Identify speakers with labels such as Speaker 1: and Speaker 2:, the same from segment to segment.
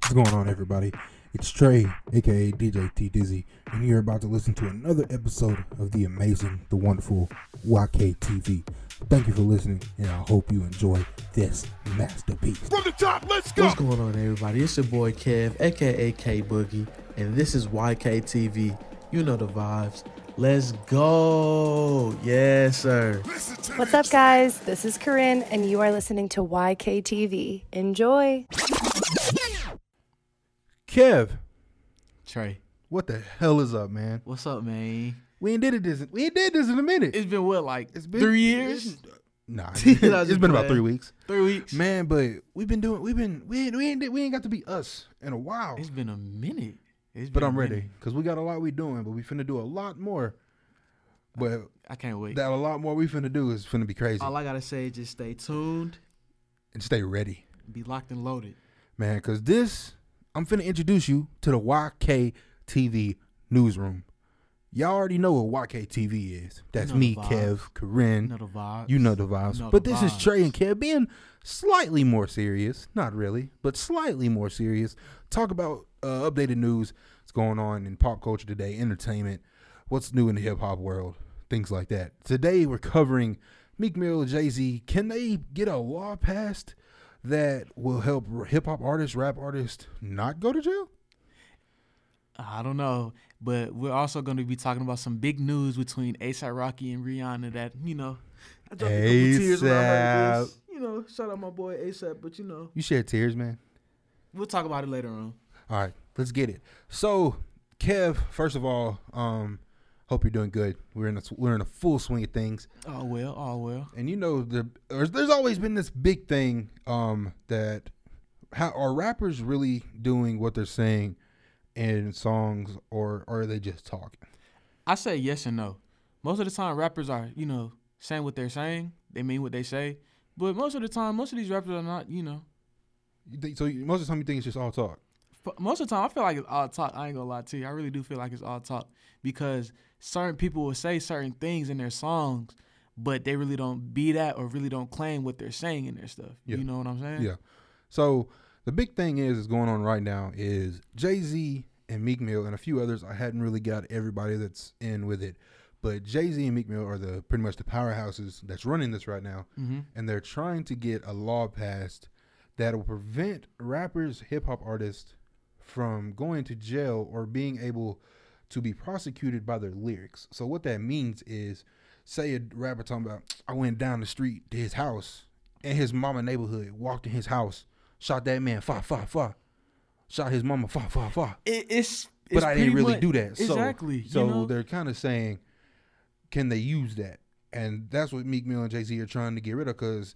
Speaker 1: What's going on, everybody? It's Trey, aka DJ T Dizzy, and you're about to listen to another episode of the amazing, the wonderful YKTV. Thank you for listening, and I hope you enjoy this masterpiece.
Speaker 2: From the top, let's go.
Speaker 3: What's going on, everybody? It's your boy Kev, aka K Boogie, and this is YKTV. You know the vibes. Let's go. Yes, sir.
Speaker 2: Listen to
Speaker 4: What's
Speaker 2: this.
Speaker 4: up, guys? This is Corinne, and you are listening to YKTV. Enjoy.
Speaker 5: Kev,
Speaker 3: Trey,
Speaker 5: what the hell is up, man?
Speaker 6: What's up, man?
Speaker 5: We ain't did it this. We ain't did this in a minute.
Speaker 6: It's been what, like
Speaker 5: It's been-
Speaker 6: three years,
Speaker 5: nah,
Speaker 6: I was
Speaker 5: it's
Speaker 6: just
Speaker 5: been about
Speaker 6: playing.
Speaker 5: three weeks,
Speaker 6: three weeks.
Speaker 5: man. But we've been doing. We've been. We ain't. We ain't. did- We ain't got to be us in a while.
Speaker 6: It's been a minute. It's
Speaker 5: But
Speaker 6: been
Speaker 5: I'm
Speaker 6: a
Speaker 5: ready
Speaker 6: minute.
Speaker 5: because we got a lot we doing, but we finna do a lot more. But
Speaker 6: I can't wait.
Speaker 5: that a lot more we finna do is finna be crazy.
Speaker 6: All I gotta say is just stay tuned,
Speaker 5: And stay ready,
Speaker 6: be locked and loaded.
Speaker 5: man. Because this, I'm finna introduce you to the YKTV newsroom. Y'all already know what YKTV is. That's
Speaker 6: know the
Speaker 5: me,
Speaker 6: vibes.
Speaker 5: Kev, Corinne.
Speaker 6: You know the vibes.
Speaker 5: You know the vibes.
Speaker 6: know
Speaker 5: but
Speaker 6: the
Speaker 5: this
Speaker 6: vibes.
Speaker 5: is Trey and Kev being slightly more serious. Not really, but slightly more serious. Talk about uh, updated news that's going on in pop culture today, entertainment, what's new in the hip hop world, things like that. Today we're covering Meek Mill, Jay Z. Can they get a law passed that will help hip hop artists, rap artists not go to jail?
Speaker 6: I don't know, but we're also gonna be talking about some big news between ASAP Rocky and Rihanna. That you know, I dropped a couple tears when I heard this. You know, shout out my boy ASAP. But you know,
Speaker 5: You shed tears, man.
Speaker 6: we'll talk about it later on.
Speaker 5: All right, let's get it. So, Kev, first of all, um, hope you're doing good. We're in a, we're in a full swing of things,
Speaker 6: Oh well, oh well.
Speaker 5: and you know the there's, there's always been this big thing um, that how are rappers really doing what they're saying in songs, or, or are they just talking?
Speaker 6: I say yes and no. Most of the time, rappers are, you know, saying what they're saying. They mean what they say. But most of the time, most of these rappers are not, you know.
Speaker 5: You think, so you- most of the time you think it's just all talk.
Speaker 6: f- Most of the time, I feel like it's all talk. I ain't gonna lie to you. I really do feel like it's all talk because certain people will say certain things in their songs, but they really don't be that or really don't claim what they're saying in their stuff.
Speaker 5: Yeah.
Speaker 6: You know what I'm saying?
Speaker 5: Yeah. So the big thing is is going on right now is Jay Z and Meek Mill and a few others. I hadn't really got everybody that's in with it, but Jay Z and Meek Mill are the pretty much the powerhouses that's running this right now, and they're trying to get a law passed that will prevent rappers, hip hop artists from going to jail or being able to be prosecuted by their lyrics. So what that means is, say a rapper talking about, I went down the street to his house in his mama neighborhood, walked in his house, shot that man, fa fa fa, shot his mama, fa fa fa.
Speaker 6: It, it's,
Speaker 5: But
Speaker 6: it's
Speaker 5: I didn't
Speaker 6: pretty
Speaker 5: really
Speaker 6: much-
Speaker 5: do that. So-
Speaker 6: Exactly.
Speaker 5: So,
Speaker 6: you know?
Speaker 5: they're kind of saying, can they use that? And that's what Meek Mill and Jay Z are trying to get rid of because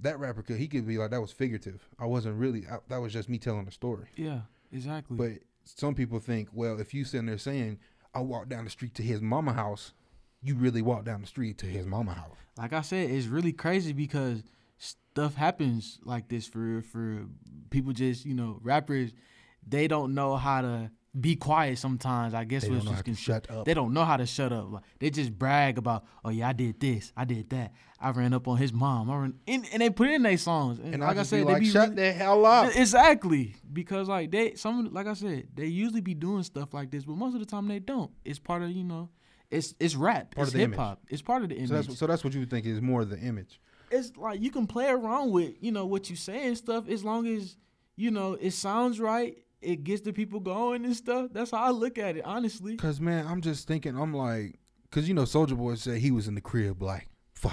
Speaker 5: that rapper could he could be like that was figurative. I wasn't really I, that was just me telling a story.
Speaker 6: yeah, exactly.
Speaker 5: But some people think, well, if you sitting there saying, I walked down the street to his mama house, you really walked down the street to his mama house.
Speaker 6: like I said, it's really crazy because stuff happens like this for real, for real. people just you know rappers, they don't know how to be quiet sometimes. I guess
Speaker 5: They
Speaker 6: what
Speaker 5: don't know
Speaker 6: you
Speaker 5: how
Speaker 6: can
Speaker 5: to shut up.
Speaker 6: They don't know how to shut up. Like, they just brag about, oh yeah, I did this, I did that, I ran up on his mom, I ran, and, and they put it in their songs. And,
Speaker 5: And
Speaker 6: like I,
Speaker 5: just be
Speaker 6: said,
Speaker 5: like,
Speaker 6: they be
Speaker 5: shut
Speaker 6: really-
Speaker 5: the hell up.
Speaker 6: Exactly, because like they some like I said, they usually be doing stuff like this, but most of the time they don't. It's part of you know, it's it's
Speaker 5: Part
Speaker 6: rap,
Speaker 5: of
Speaker 6: it's
Speaker 5: the image.
Speaker 6: hip hop, it's part of the image
Speaker 5: So that's, so that's what you think is more the image.
Speaker 6: it's like you can play around with you know what you say and stuff as long as you know it sounds right it gets the people going and stuff that's how i look at it honestly
Speaker 5: Cause man, I'm just thinking, I'm like, cause you know, Soldier Boy said he was in the crib, like, fa.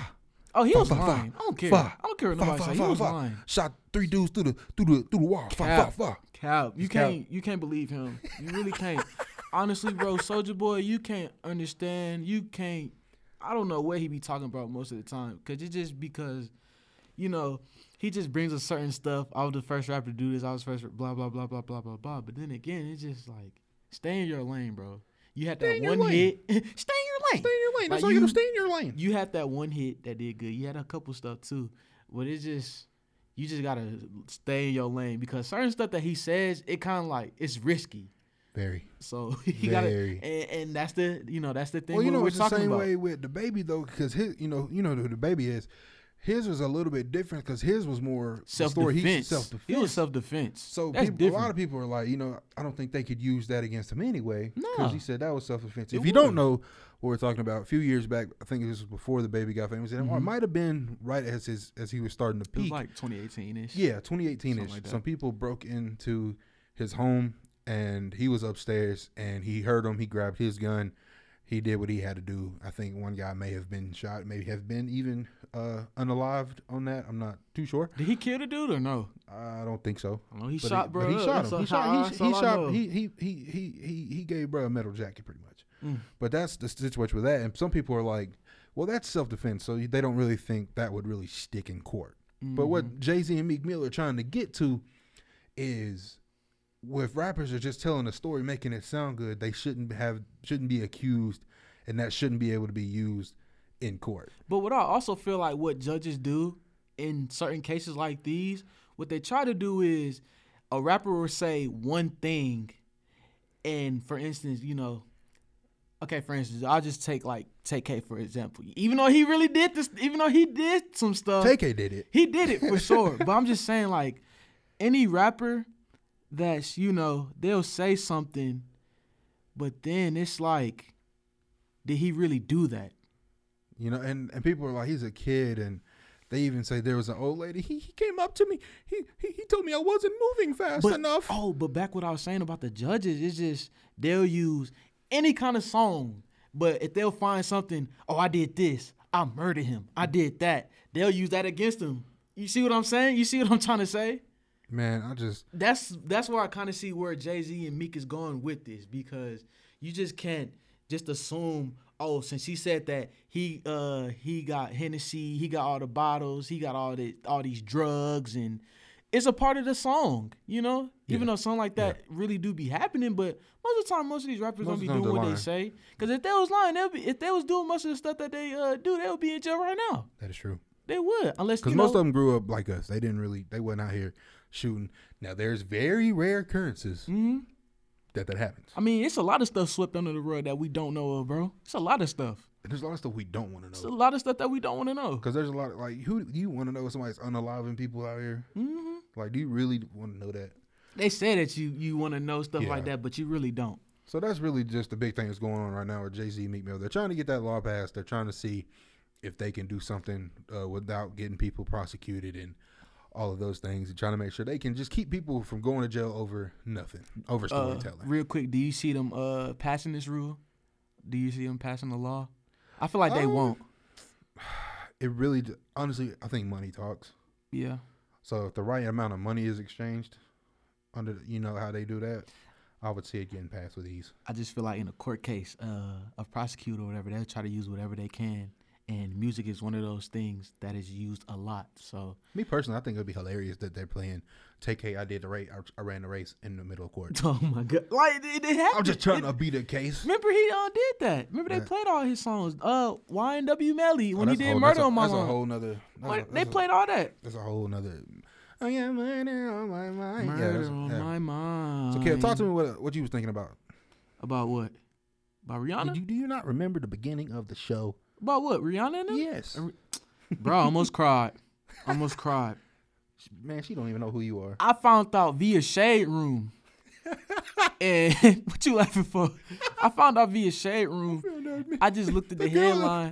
Speaker 6: oh he
Speaker 5: fa,
Speaker 6: was
Speaker 5: fa, fa,
Speaker 6: lying i don't care
Speaker 5: fa,
Speaker 6: i don't care what
Speaker 5: fa,
Speaker 6: nobody
Speaker 5: fa,
Speaker 6: say
Speaker 5: fa,
Speaker 6: he was
Speaker 5: fa.
Speaker 6: lying
Speaker 5: Shot three dudes through the through the through the wall. Fa fa
Speaker 6: Cap.
Speaker 5: fa.
Speaker 6: Cap, you
Speaker 5: It's cap.
Speaker 6: can't you can't believe him you really can't honestly bro soldier boy you can't understand you can't i don't know what he be talking about most of the time because it's just because you know, he just brings a certain stuff. I was the first rapper to do this. I was first, blah blah blah blah blah blah blah. But then again, it's just like stay in your lane, bro. You had
Speaker 5: Stay
Speaker 6: that
Speaker 5: in your
Speaker 6: one
Speaker 5: lane.
Speaker 6: hit. stay in your lane.
Speaker 5: Stay in your lane. That's
Speaker 6: Like,
Speaker 5: all you do. Stay in your lane.
Speaker 6: You had that one hit that did good. You had a couple stuff too, but it's just you just gotta stay in your lane because certain stuff that he says, it kind of like it's risky.
Speaker 5: Very.
Speaker 6: So you gotta,
Speaker 5: Very.
Speaker 6: and, and that's the you know that's the thing.
Speaker 5: Well, you
Speaker 6: what
Speaker 5: know,
Speaker 6: we're
Speaker 5: it's the
Speaker 6: talking
Speaker 5: same
Speaker 6: about.
Speaker 5: way with the baby though, because his, you know, you know who the baby is. His was a little bit different because his was more the
Speaker 6: Self
Speaker 5: story. He
Speaker 6: defense.
Speaker 5: self
Speaker 6: It was
Speaker 5: defense.
Speaker 6: self defense.
Speaker 5: So
Speaker 6: That's
Speaker 5: people, a lot of
Speaker 6: different.
Speaker 5: people are like, you know, I don't think they could use that against him anyway because
Speaker 6: Nah.
Speaker 5: he said that was self defense.
Speaker 6: It
Speaker 5: If you don't
Speaker 6: was.
Speaker 5: know what we're talking about, a few years back, I think this was before the baby got famous, and or it might have been right as his as he was starting to
Speaker 6: Mm-hmm. It was
Speaker 5: peak.
Speaker 6: like 2018 ish.
Speaker 5: Yeah, 2018 ish.
Speaker 6: Something like that.
Speaker 5: Some people broke into his home and he was upstairs and he heard him. He grabbed his gun. He did what he had to do. I think one guy may have been shot, maybe have been even uh, unalived on that. I'm not too sure.
Speaker 6: Did he kill the dude or no?
Speaker 5: I don't think so.
Speaker 6: I know he
Speaker 5: But
Speaker 6: shot, bro.
Speaker 5: But he shot him. He shot. He, he shot. He
Speaker 6: He,
Speaker 5: he he he he he gave bro a metal jacket pretty much.
Speaker 6: Mm.
Speaker 5: But that's the situation with that. And some people are like, well, that's self defense, so they don't really think that would really stick in court. But
Speaker 6: Mm-hmm.
Speaker 5: what Jay Z and Meek Mill are trying to get to is if rappers are just telling a story, making it sound good, they shouldn't have shouldn't be accused, and that shouldn't be able to be used in court.
Speaker 6: But what I also feel like what judges do in certain cases like these, what they try to do is a rapper will say one thing, and for instance, you know, okay, for instance, I'll just take like take K for example. Even though he really did this, even though he did some stuff,
Speaker 5: Take K did it.
Speaker 6: he did it for sure. but I'm just saying, like, any rapper that's, you know, they'll say something, but then it's like, did he really do that?
Speaker 5: You know, and, and people are like, he's a kid, and they even say there was an old lady. He, he came up to me. He, he he told me I wasn't moving fast
Speaker 6: But,
Speaker 5: enough.
Speaker 6: Oh, but back what I was saying about the judges, it's just they'll use any kind of song, but if they'll find something, oh, I did this, I murdered him, I did that, they'll use that against him. You see what I'm saying? You see what I'm trying to say?
Speaker 5: Man, I just
Speaker 6: that's that's where I kind of see where Jay Z and Meek is going with this because you just can't just assume. Oh, since he said that he uh he got Hennessy, he got all the bottles, he got all the all these drugs, and it's a part of the song, you know. Even though something like that really do be happening, but most of the time, most of these rappers
Speaker 5: Most
Speaker 6: don't be
Speaker 5: of the time
Speaker 6: doing what
Speaker 5: they're
Speaker 6: they say. Cause if they was lying, they'll be if they was doing most of the stuff that they uh do, they would be in jail right now.
Speaker 5: that is true.
Speaker 6: They would, unless
Speaker 5: Because
Speaker 6: you
Speaker 5: most
Speaker 6: know,
Speaker 5: of them grew up like us. They didn't really. They wasn't out here shooting. Now there's very rare occurrences that that happens.
Speaker 6: I mean, it's a lot of stuff swept under the rug that we don't know of, bro. It's a lot of stuff.
Speaker 5: And there's a lot of stuff we don't want
Speaker 6: It's
Speaker 5: to
Speaker 6: a
Speaker 5: know.
Speaker 6: lot of stuff that we don't want to know.
Speaker 5: Because there's a lot of like who do you want to know if somebody's unaliving people out here.
Speaker 6: hmm
Speaker 5: Like, do you really want to know that?
Speaker 6: They say that you you want to know stuff like
Speaker 5: Yeah.
Speaker 6: that, but you really don't.
Speaker 5: So that's really just the big thing that's going on right now with Jay Z and Meek Mill. They're trying to get that law passed. They're trying to see if they can do something uh, without getting people prosecuted and all of those things. And trying to make sure they can just keep people from going to jail over nothing, over
Speaker 6: Uh,
Speaker 5: storytelling.
Speaker 6: real quick, do you see them uh, passing this rule? Do you see them passing the law? I feel like they
Speaker 5: Um,
Speaker 6: won't.
Speaker 5: it really, d- honestly, I think money talks.
Speaker 6: Yeah,
Speaker 5: So if the right amount of money is exchanged, under the- you know how they do that, I would see it getting passed with ease.
Speaker 6: I just feel like in a court case, uh, a prosecutor or whatever, they'll try to use whatever they can, and music is one of those things that is used a lot. So
Speaker 5: Me personally, I think it would be hilarious that they're playing "TK I did the race, I ran the race" in the middle of court.
Speaker 6: oh my god, like it, it happened.
Speaker 5: I'm just trying
Speaker 6: It-
Speaker 5: to beat a case.
Speaker 6: Remember he uh, did that. Remember they
Speaker 5: Yeah.
Speaker 6: played all his songs. Uh, YNW Melly
Speaker 5: Oh,
Speaker 6: when he
Speaker 5: that's a
Speaker 6: did
Speaker 5: whole-
Speaker 6: Murder
Speaker 5: that's a-
Speaker 6: on My
Speaker 5: That's a
Speaker 6: Lawn.
Speaker 5: whole nother. That's
Speaker 6: Like,
Speaker 5: a,
Speaker 6: they
Speaker 5: that's
Speaker 6: played all that.
Speaker 5: A, that's a whole nother. I got murder on my mind. Yeah,
Speaker 6: Murder
Speaker 5: that's-
Speaker 6: on
Speaker 5: yeah.
Speaker 6: my mind.
Speaker 5: So, Kev, talk to me what what you was thinking about.
Speaker 6: about what? About Rihanna?
Speaker 5: Did you, do you not remember the beginning of the show?
Speaker 6: about what? Rihanna and them?
Speaker 5: Yes.
Speaker 6: Bro, I almost cried. Almost cried.
Speaker 5: Man, she don't even know who you are.
Speaker 6: I found out via Shade Room. and what you laughing for? I found out via Shade Room. I just looked at the, headline.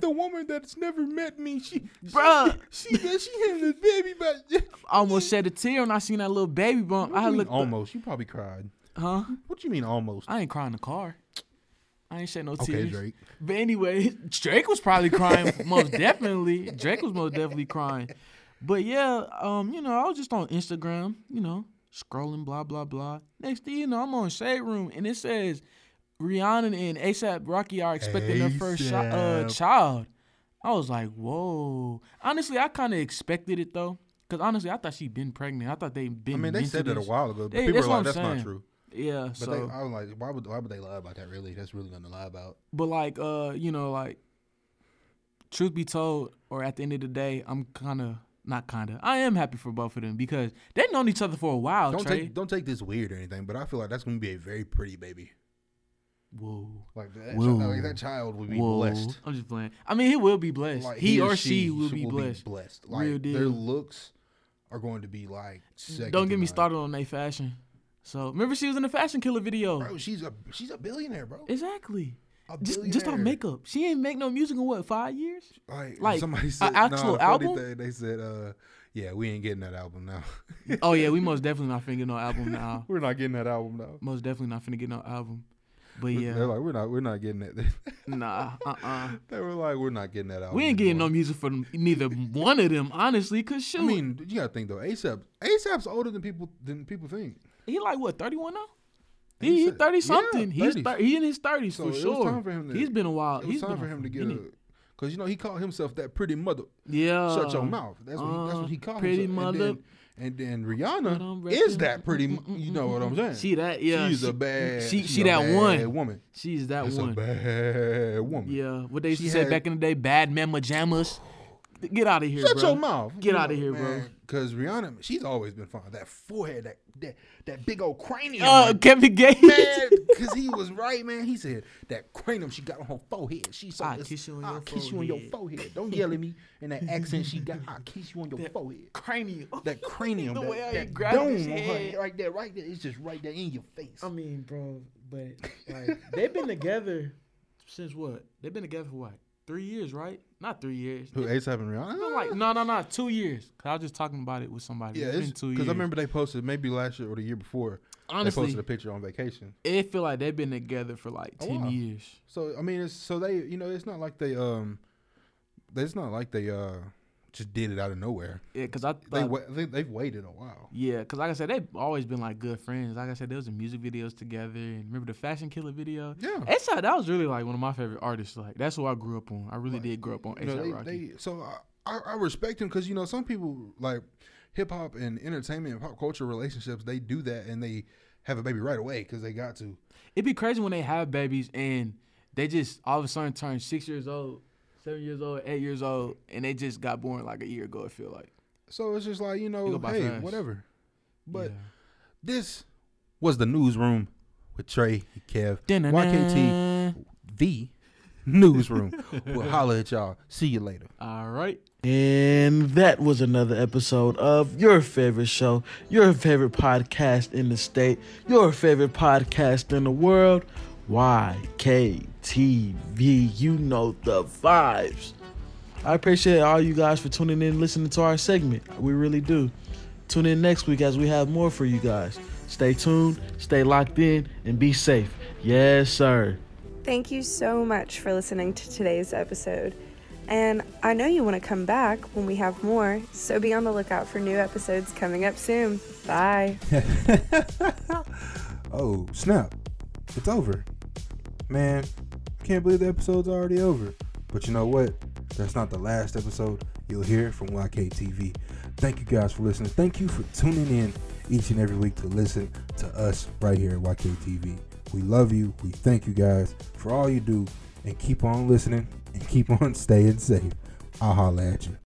Speaker 5: the woman that's never met me, she,
Speaker 6: Bruh.
Speaker 5: she, she, she had this baby, but
Speaker 6: I almost shed a tear when I seen that little baby bump. I looked up-
Speaker 5: almost. You probably cried.
Speaker 6: huh?
Speaker 5: What you mean almost?
Speaker 6: I ain't crying in the car. I ain't shed no
Speaker 5: Okay,
Speaker 6: tears.
Speaker 5: Drake.
Speaker 6: But anyway, Drake was probably crying most definitely. Drake was most definitely crying. But yeah, um, you know, I was just on Instagram, you know, scrolling, blah, blah, blah. Next thing you know, I'm on Shade Room and it says Rihanna and ASAP Rocky are expecting their first shi- uh,
Speaker 5: A$AP.
Speaker 6: child. I was like, whoa. Honestly, I kind of expected it though. Because honestly, I thought she'd been pregnant. I thought they'd been
Speaker 5: I mean, they
Speaker 6: meant to
Speaker 5: said that a
Speaker 6: this.
Speaker 5: while ago, but
Speaker 6: Hey,
Speaker 5: people
Speaker 6: that's
Speaker 5: are
Speaker 6: what
Speaker 5: like,
Speaker 6: I'm
Speaker 5: "That's not
Speaker 6: saying."
Speaker 5: true."
Speaker 6: Yeah.
Speaker 5: But
Speaker 6: so
Speaker 5: they, I was like, "Why would why would they lie about that? Really, that's really nothing to lie about."
Speaker 6: But like, uh, you know, like, truth be told, or at the end of the day, I'm kind of not kind of. I am happy for both of them because they've known each other for a while.
Speaker 5: Don't
Speaker 6: Trey.
Speaker 5: take don't take this weird or anything, but I feel like that's gonna be a very pretty baby.
Speaker 6: Whoa.
Speaker 5: Like that,
Speaker 6: Whoa.
Speaker 5: chi- like, that child would be
Speaker 6: Whoa.
Speaker 5: blessed.
Speaker 6: I'm just playing. I mean, he will be blessed.
Speaker 5: Like,
Speaker 6: he, or she, will be blessed.
Speaker 5: Like
Speaker 6: Real
Speaker 5: their
Speaker 6: deal.
Speaker 5: looks are going to be like. Second
Speaker 6: Don't
Speaker 5: to
Speaker 6: get me
Speaker 5: none.
Speaker 6: started on their fashion. So remember, she was in the fashion killer video.
Speaker 5: bro. She's a she's a billionaire, bro.
Speaker 6: Exactly.
Speaker 5: A
Speaker 6: Just just off
Speaker 5: billionaire.
Speaker 6: makeup. She ain't make no music in what five years.
Speaker 5: Like,
Speaker 6: Like,
Speaker 5: somebody
Speaker 6: a
Speaker 5: said, nah,
Speaker 6: actual
Speaker 5: the funny
Speaker 6: album?
Speaker 5: Thing, they said, uh, yeah, we ain't getting that album now.
Speaker 6: oh yeah, we most definitely not finna get no album now.
Speaker 5: we're not getting that album now.
Speaker 6: Most definitely not finna get no album. But
Speaker 5: They're
Speaker 6: yeah,
Speaker 5: like, we're not, we're not getting that.
Speaker 6: nah, uh, uh
Speaker 5: they were like, we're not getting that album.
Speaker 6: We ain't getting no
Speaker 5: anymore."
Speaker 6: music for them, neither one of them, honestly. Cause shoot,
Speaker 5: I mean, you gotta think though. ASAP, ASAP's older than people than people think.
Speaker 6: he like what thirty one now.
Speaker 5: He
Speaker 6: He, he
Speaker 5: said-
Speaker 6: thirty
Speaker 5: yeah,
Speaker 6: something. he's
Speaker 5: 30s.
Speaker 6: thir- he in his thirties
Speaker 5: So
Speaker 6: for
Speaker 5: it was
Speaker 6: sure.
Speaker 5: time for him to-
Speaker 6: he's been a while.
Speaker 5: It was
Speaker 6: Uh, He's
Speaker 5: time
Speaker 6: been
Speaker 5: for him to get a,
Speaker 6: minute.
Speaker 5: because you know he called himself that pretty mother.
Speaker 6: yeah.
Speaker 5: Shut your mouth. That's what, he, that's what he
Speaker 6: Oh. uh,
Speaker 5: called
Speaker 6: pretty
Speaker 5: himself.
Speaker 6: mother.
Speaker 5: And then, and then
Speaker 6: But I'm Mm,
Speaker 5: Rihanna is
Speaker 6: rapping.
Speaker 5: that pretty. m- You know what I'm saying?
Speaker 6: She that yeah.
Speaker 5: She's
Speaker 6: she,
Speaker 5: a bad.
Speaker 6: She
Speaker 5: she's
Speaker 6: she
Speaker 5: a
Speaker 6: that
Speaker 5: bad
Speaker 6: one.
Speaker 5: woman.
Speaker 6: She's that
Speaker 5: That's
Speaker 6: one.
Speaker 5: a bad woman.
Speaker 6: Yeah, what they used
Speaker 5: She
Speaker 6: to say
Speaker 5: had-
Speaker 6: back in the day, bad mama jammas. Get out of here,
Speaker 5: Shut
Speaker 6: bro.
Speaker 5: your mouth.
Speaker 6: Get outta here, bro.
Speaker 5: Because Rihanna, she's always been fine. That forehead, that that, that big old cranium.
Speaker 6: Uh,
Speaker 5: like,
Speaker 6: Kevin Gates.
Speaker 5: man, because he was right, man. He said that cranium she got on her forehead. She so
Speaker 6: I'll
Speaker 5: it's-
Speaker 6: kiss you on
Speaker 5: I'll
Speaker 6: your
Speaker 5: kiss you on your
Speaker 6: forehead.
Speaker 5: forehead. Don't yell at me. And that accent she got, I'll kiss you on your
Speaker 6: That
Speaker 5: forehead.
Speaker 6: cranium.
Speaker 5: That cranium,
Speaker 6: The
Speaker 5: that,
Speaker 6: way how he
Speaker 5: that
Speaker 6: grabbed
Speaker 5: dome
Speaker 6: his
Speaker 5: on her
Speaker 6: head.
Speaker 5: head right there, right there. It's just right there in your face.
Speaker 6: I mean, bro, but like they've been together since what? They've been together for what? Three years, right? Not three years.
Speaker 5: Who ASAP and Rihanna?
Speaker 6: Been like no, no, no, two years. 'Cause I was just talking about it with somebody.
Speaker 5: Ah, yeah,
Speaker 6: it's been
Speaker 5: it's
Speaker 6: two
Speaker 5: because
Speaker 6: years.
Speaker 5: I remember they posted maybe last year or the year before. they
Speaker 6: honestly,
Speaker 5: posted a picture on vacation.
Speaker 6: it feel like they've been together for like
Speaker 5: A
Speaker 6: ten
Speaker 5: while.
Speaker 6: years.
Speaker 5: So I mean, it's so they, you know, it's not like they, um, it's not like they, uh, just did it out of nowhere.
Speaker 6: Yeah, because I
Speaker 5: They,
Speaker 6: thought-
Speaker 5: wa- they they've waited a while.
Speaker 6: Yeah, cause like I said, they've always been like good friends. Like I said, there was the music videos together, and remember the Fashion Killer video?
Speaker 5: Yeah.
Speaker 6: ASAP, that was really like one of my favorite artists. Like that's who I grew up on. I really did grow up on
Speaker 5: You know,
Speaker 6: ASAP
Speaker 5: they,
Speaker 6: Rocky.
Speaker 5: they, so I, I, I respect them because you know some people like hip hop and entertainment and pop culture relationships. They do that and they have a baby right away because they got to.
Speaker 6: It'd be crazy when they have babies and they just all of a sudden turn six years old, seven years old, eight years old, and they just got born like a year ago. I feel like.
Speaker 5: So it's just like you know,
Speaker 6: go by
Speaker 5: hey,
Speaker 6: fast.
Speaker 5: whatever. But
Speaker 6: Yeah.
Speaker 5: this was the newsroom with Trey, Kev, YKT, the newsroom. we'll holler at y'all. See you later.
Speaker 6: All right.
Speaker 3: And that was another episode of your favorite show, your favorite podcast in the state, your favorite podcast in the world, YKTV. You know the vibes. I appreciate all you guys for tuning in and listening to our segment. We really do. Tune in next week as we have more for you guys. Stay tuned, stay locked in, and be safe. Yes, sir.
Speaker 2: Thank you so much for listening to today's episode. And I know you want to come back when we have more, so be on the lookout for new episodes coming up soon. Bye.
Speaker 1: Oh, snap. It's over. Man, I can't believe the episode's already over. But you know what? That's not the last episode you'll hear from YKTV. Thank you guys for listening. Thank you for tuning in each and every week to listen to us right here at YKTV. We love you. We thank you guys for all you do. And keep on listening and keep on staying safe. I'll holla at you.